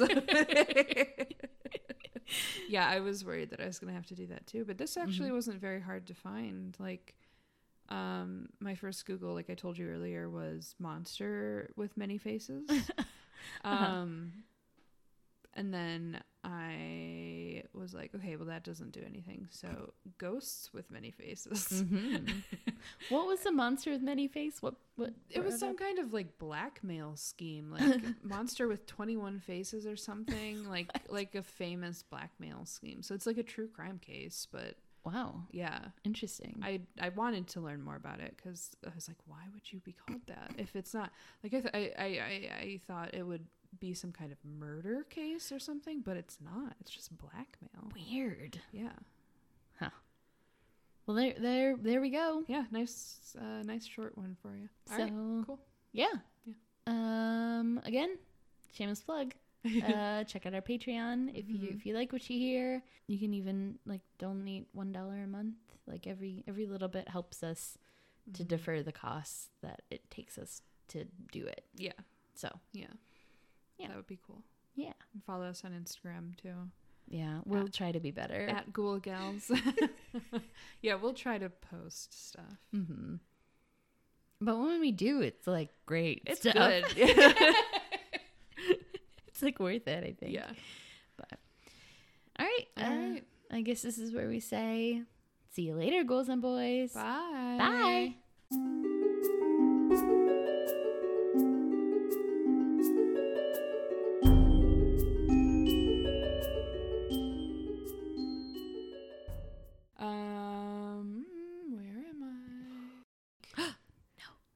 B: yeah, I was worried that I was going to have to do that too, but this actually wasn't very hard to find. Like um my first Google, like I told you earlier, was monster with many faces. um and then I was like, okay, well that doesn't do anything. So ghosts with many faces.
A: Mhm. What was the monster with many face? What what
B: It was
A: brought
B: some
A: up?
B: kind of like blackmail scheme, like monster with twenty one faces or something, like like a famous blackmail scheme. So it's like a true crime case, but
A: wow,
B: yeah,
A: interesting.
B: I I wanted to learn more about it because I was like, why would you be called that if it's not like I th- I, I I I thought it would be some kind of murder case or something, but it's not. It's just blackmail.
A: Weird.
B: Yeah,
A: Well, there there there we go.
B: yeah, nice uh, nice short one for you. All
A: so
B: right, cool.
A: yeah.
B: Yeah.
A: Um. Again, shameless plug. uh, check out our Patreon if you
B: Mhm.
A: if you like what you hear. You can even like donate one dollar a month. Like every every little bit helps us to
B: Mhm.
A: defer the costs that it takes us to do it.
B: Yeah,
A: So
B: yeah,
A: Yeah.
B: That would be cool.
A: Yeah.
B: And follow us on Instagram too.
A: yeah, we'll try to be better.
B: at Ghoul Gals. yeah, we'll try to post stuff.
A: Mm-hmm. But when we do, it's like great.
B: It's
A: stuff.
B: good.
A: It's like worth it, I think.
B: yeah.
A: All right.
B: All
A: uh,
B: right.
A: I guess this is where we say, see you later, girls and boys.
B: Bye.
A: Bye.
B: Um,